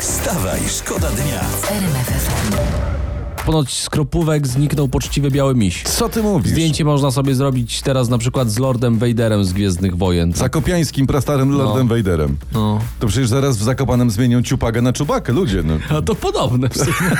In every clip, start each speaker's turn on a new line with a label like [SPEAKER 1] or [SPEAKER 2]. [SPEAKER 1] Wstawaj, szkoda dnia.
[SPEAKER 2] Ponoć z kropówek zniknął poczciwy biały miś.
[SPEAKER 3] Co ty mówisz?
[SPEAKER 2] Zdjęcie można sobie zrobić teraz na przykład z Lordem Vaderem z Gwiezdnych Wojen.
[SPEAKER 3] Zakopiańskim prastarym Lordem Vaderem.
[SPEAKER 2] No.
[SPEAKER 3] To przecież zaraz w Zakopanem zmienią ciupagę na czubakę, ludzie. No.
[SPEAKER 2] A to podobne. w sumie.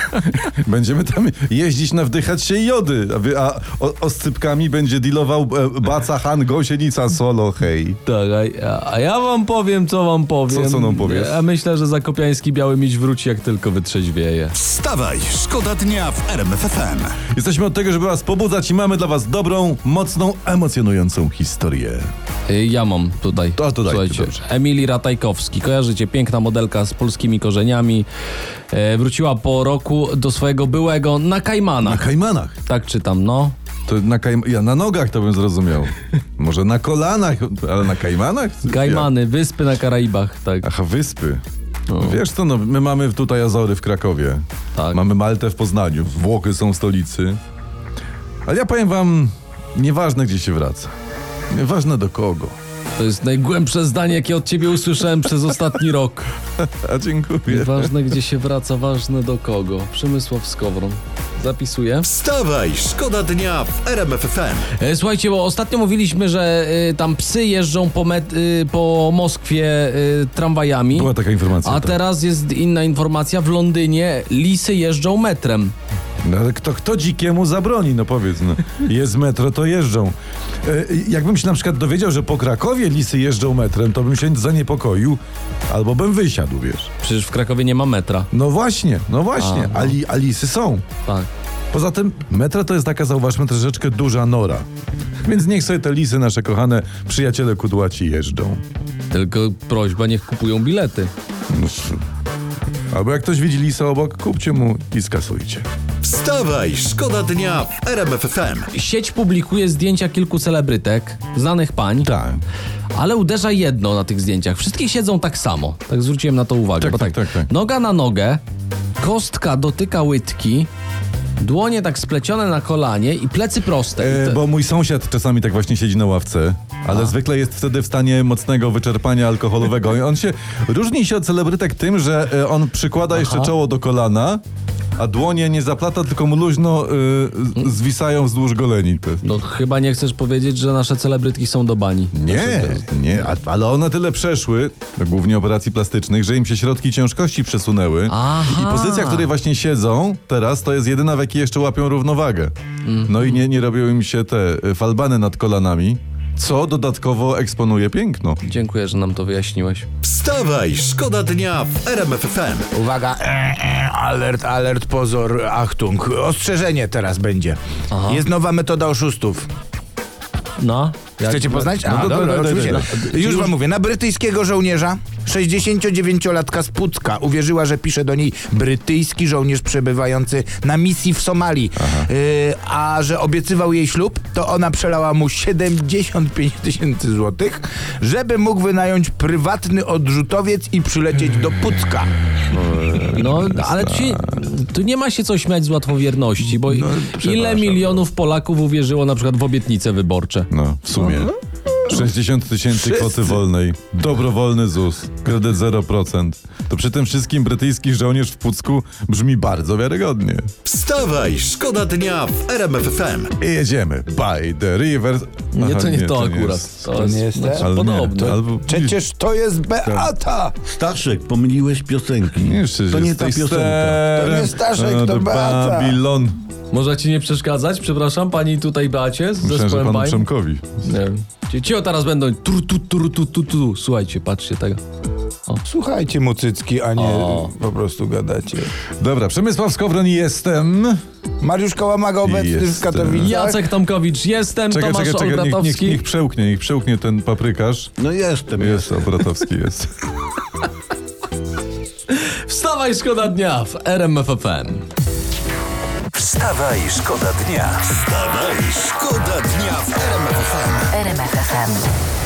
[SPEAKER 3] Będziemy tam jeździć, nawdychać się jody, a, wy, a o, oscypkami będzie dealował e, Baca Han Gąsienica Solo, hej.
[SPEAKER 2] tak, a, a ja wam powiem, co wam powiem.
[SPEAKER 3] Co- co nam powiesz?
[SPEAKER 2] Ja myślę, że zakopiański biały miś wróci, jak tylko wytrzeźwieje.
[SPEAKER 1] Wstawaj, szkoda dnia w RMFFM.
[SPEAKER 3] Jesteśmy od tego, żeby was pobudzać i mamy dla was dobrą, mocną, emocjonującą historię.
[SPEAKER 2] Y, Ja mam tutaj.
[SPEAKER 3] To- to daj,
[SPEAKER 2] Słuchajcie,
[SPEAKER 3] dobrze.
[SPEAKER 2] Emilii Ratajkowski. Kojarzycie, piękna modelka z polskimi korzeniami. E, wróciła po roku do swojego byłego na
[SPEAKER 3] Na
[SPEAKER 2] Kajmanach.
[SPEAKER 3] kajmanach.
[SPEAKER 2] Tak czytam, no.
[SPEAKER 3] To na kajm... Ja na nogach to bym zrozumiał. Może na kolanach, ale na kajmanach?
[SPEAKER 2] Kajmany, wyspy na Karaibach, tak.
[SPEAKER 3] Ach, wyspy. Wiesz co, no, my mamy tutaj Azory w Krakowie.
[SPEAKER 2] Tak.
[SPEAKER 3] Mamy Maltę w Poznaniu. Włochy są w stolicy. Ale ja powiem wam, nieważne gdzie się wraca. Nieważne do kogo.
[SPEAKER 2] To jest najgłębsze zdanie, jakie od ciebie usłyszałem przez ostatni rok.
[SPEAKER 3] A dziękuję.
[SPEAKER 2] Ważne, gdzie się wraca, ważne do kogo. Przemysław Skowron. Zapisuję.
[SPEAKER 1] Wstawaj, szkoda dnia w RMFFM.
[SPEAKER 2] E, Słuchajcie, bo ostatnio mówiliśmy, że y, tam psy jeżdżą po, met, y, po Moskwie y, tramwajami.
[SPEAKER 3] Była taka informacja.
[SPEAKER 2] A
[SPEAKER 3] tak.
[SPEAKER 2] teraz jest inna informacja. W Londynie lisy jeżdżą metrem.
[SPEAKER 3] No ale kto, kto dzikiemu zabroni, no powiedz. No. Jest metro, to jeżdżą. E, jakbym się na przykład dowiedział, że po Krakowie lisy jeżdżą metrem, to bym się zaniepokoił albo bym wysiadł, wiesz.
[SPEAKER 2] Przecież w Krakowie nie ma metra.
[SPEAKER 3] No właśnie, no właśnie,
[SPEAKER 2] A,
[SPEAKER 3] a,
[SPEAKER 2] no.
[SPEAKER 3] li, a lisy są.
[SPEAKER 2] Tak.
[SPEAKER 3] Poza tym metro to jest taka, zauważmy, troszeczkę duża nora. Więc niech sobie te lisy, nasze kochane przyjaciele kudłaci jeżdżą.
[SPEAKER 2] Tylko prośba, niech kupują bilety.
[SPEAKER 3] No, s- Albo jak ktoś widzi lisa obok, kupcie mu i skasujcie.
[SPEAKER 1] Wstawaj, szkoda dnia w RMFFM.
[SPEAKER 2] Sieć publikuje zdjęcia kilku celebrytek, znanych pań,
[SPEAKER 3] Tak.
[SPEAKER 2] ale uderza jedno na tych zdjęciach. Wszystkie siedzą tak samo. Tak zwróciłem na to uwagę.
[SPEAKER 3] Tak,
[SPEAKER 2] bo
[SPEAKER 3] tak, tak, tak.
[SPEAKER 2] Noga na nogę, kostka dotyka łydki, dłonie tak splecione na kolanie i plecy proste. I
[SPEAKER 3] E,
[SPEAKER 2] te-
[SPEAKER 3] bo mój sąsiad czasami tak właśnie siedzi na ławce, ale zwykle jest wtedy w stanie mocnego wyczerpania alkoholowego. I On się różni się od celebrytek tym, że e, on przykłada jeszcze czoło do kolana, a dłonie nie zaplata, tylko mu luźno e, z- zwisają wzdłuż goleni. To jest-
[SPEAKER 2] No chyba nie chcesz powiedzieć, że nasze celebrytki są do bani.
[SPEAKER 3] Nie, nie, a- ale one tyle przeszły, głównie operacji plastycznych, że im się środki ciężkości przesunęły.
[SPEAKER 2] Aha.
[SPEAKER 3] I pozycja, w której właśnie siedzą teraz, to jest jedyna, w jakiej jeszcze łapią równowagę. No i nie, nie robią im się te y, falbany nad kolanami, co dodatkowo eksponuje piękno.
[SPEAKER 2] Dziękuję, że nam to wyjaśniłeś.
[SPEAKER 1] Wstawaj, szkoda dnia w RMFFM.
[SPEAKER 4] Uwaga, e, e, alert, alert, pozor, Achtung. Ostrzeżenie teraz będzie. Jest nowa metoda oszustów.
[SPEAKER 2] No. jak-
[SPEAKER 4] Chcecie poznać? A,
[SPEAKER 3] No to-
[SPEAKER 4] dobra,
[SPEAKER 3] to- to- to-
[SPEAKER 4] oczywiście.
[SPEAKER 3] to-
[SPEAKER 4] Już wam mówię. Na brytyjskiego żołnierza 69-latka z Pucka uwierzyła, że pisze do niej brytyjski żołnierz przebywający na misji w Somalii, Y, a że obiecywał jej ślub, to ona przelała mu 75 tysięcy złotych, żeby mógł wynająć prywatny odrzutowiec i przylecieć do Pucka.
[SPEAKER 2] No, ale tu, się, tu nie ma się co śmiać z łatwowierności, bo ile
[SPEAKER 3] No, przepraszam,
[SPEAKER 2] milionów Polaków uwierzyło na przykład w obietnice wyborcze?
[SPEAKER 3] No, w sumie. 60 tysięcy kwoty wolnej, dobrowolny ZUS, kredyt 0%. To przy tym wszystkim brytyjski żołnierz w Pucku brzmi bardzo wiarygodnie.
[SPEAKER 1] Wstawaj, szkoda dnia w RMFFM.
[SPEAKER 3] I jedziemy. By the rivers...
[SPEAKER 2] Nie,
[SPEAKER 3] Aha,
[SPEAKER 2] to nie to
[SPEAKER 3] nie
[SPEAKER 2] akurat.
[SPEAKER 3] jest.
[SPEAKER 2] To
[SPEAKER 4] nie jest
[SPEAKER 2] znaczy,
[SPEAKER 4] ten?
[SPEAKER 3] Ale nie,
[SPEAKER 2] podobne.
[SPEAKER 3] to albo-
[SPEAKER 4] Przecież to jest Beata!
[SPEAKER 5] Staszek, pomyliłeś piosenki.
[SPEAKER 3] Jeszcze
[SPEAKER 5] to
[SPEAKER 3] się
[SPEAKER 5] nie
[SPEAKER 3] z
[SPEAKER 5] ta
[SPEAKER 3] tej
[SPEAKER 5] piosenka.
[SPEAKER 3] serem.
[SPEAKER 4] To nie Staszek, to
[SPEAKER 3] A, do
[SPEAKER 4] Beata.
[SPEAKER 3] No, Babilon.
[SPEAKER 2] Może ci nie przeszkadzać? Przepraszam, pani tutaj Beacie z
[SPEAKER 3] Myślałem, że
[SPEAKER 2] zespołem
[SPEAKER 3] panu
[SPEAKER 2] Bań.
[SPEAKER 3] Przemkowi.
[SPEAKER 2] Nie wiem. Ci- Ci o teraz będą tru, tu, tru, tu, tu, tu. Słuchajcie, patrzcie tego.
[SPEAKER 3] Tak.
[SPEAKER 4] Słuchajcie mucycki, a nie
[SPEAKER 2] O.
[SPEAKER 4] po prostu gadacie.
[SPEAKER 3] Dobra, Przemysław Skowron jestem.
[SPEAKER 4] Mariusz Kałamaga obecny w
[SPEAKER 3] Jestem.
[SPEAKER 4] Katowicach.
[SPEAKER 2] Jacek Tomkowicz, jestem,
[SPEAKER 3] Czekaj,
[SPEAKER 2] Tomasz
[SPEAKER 3] czekaj, czekaj, niech, niech,
[SPEAKER 2] Olbratowski.
[SPEAKER 3] niech przełknie, niech przełknie ten paprykarz.
[SPEAKER 5] No jestem,
[SPEAKER 3] Jest, Obratowski jest.
[SPEAKER 2] Wstawaj, szkoda dnia w RMF FM.
[SPEAKER 1] Wstawaj, szkoda dnia. Wstawaj, szkoda dnia w RMFFM.
[SPEAKER 6] RMFFM.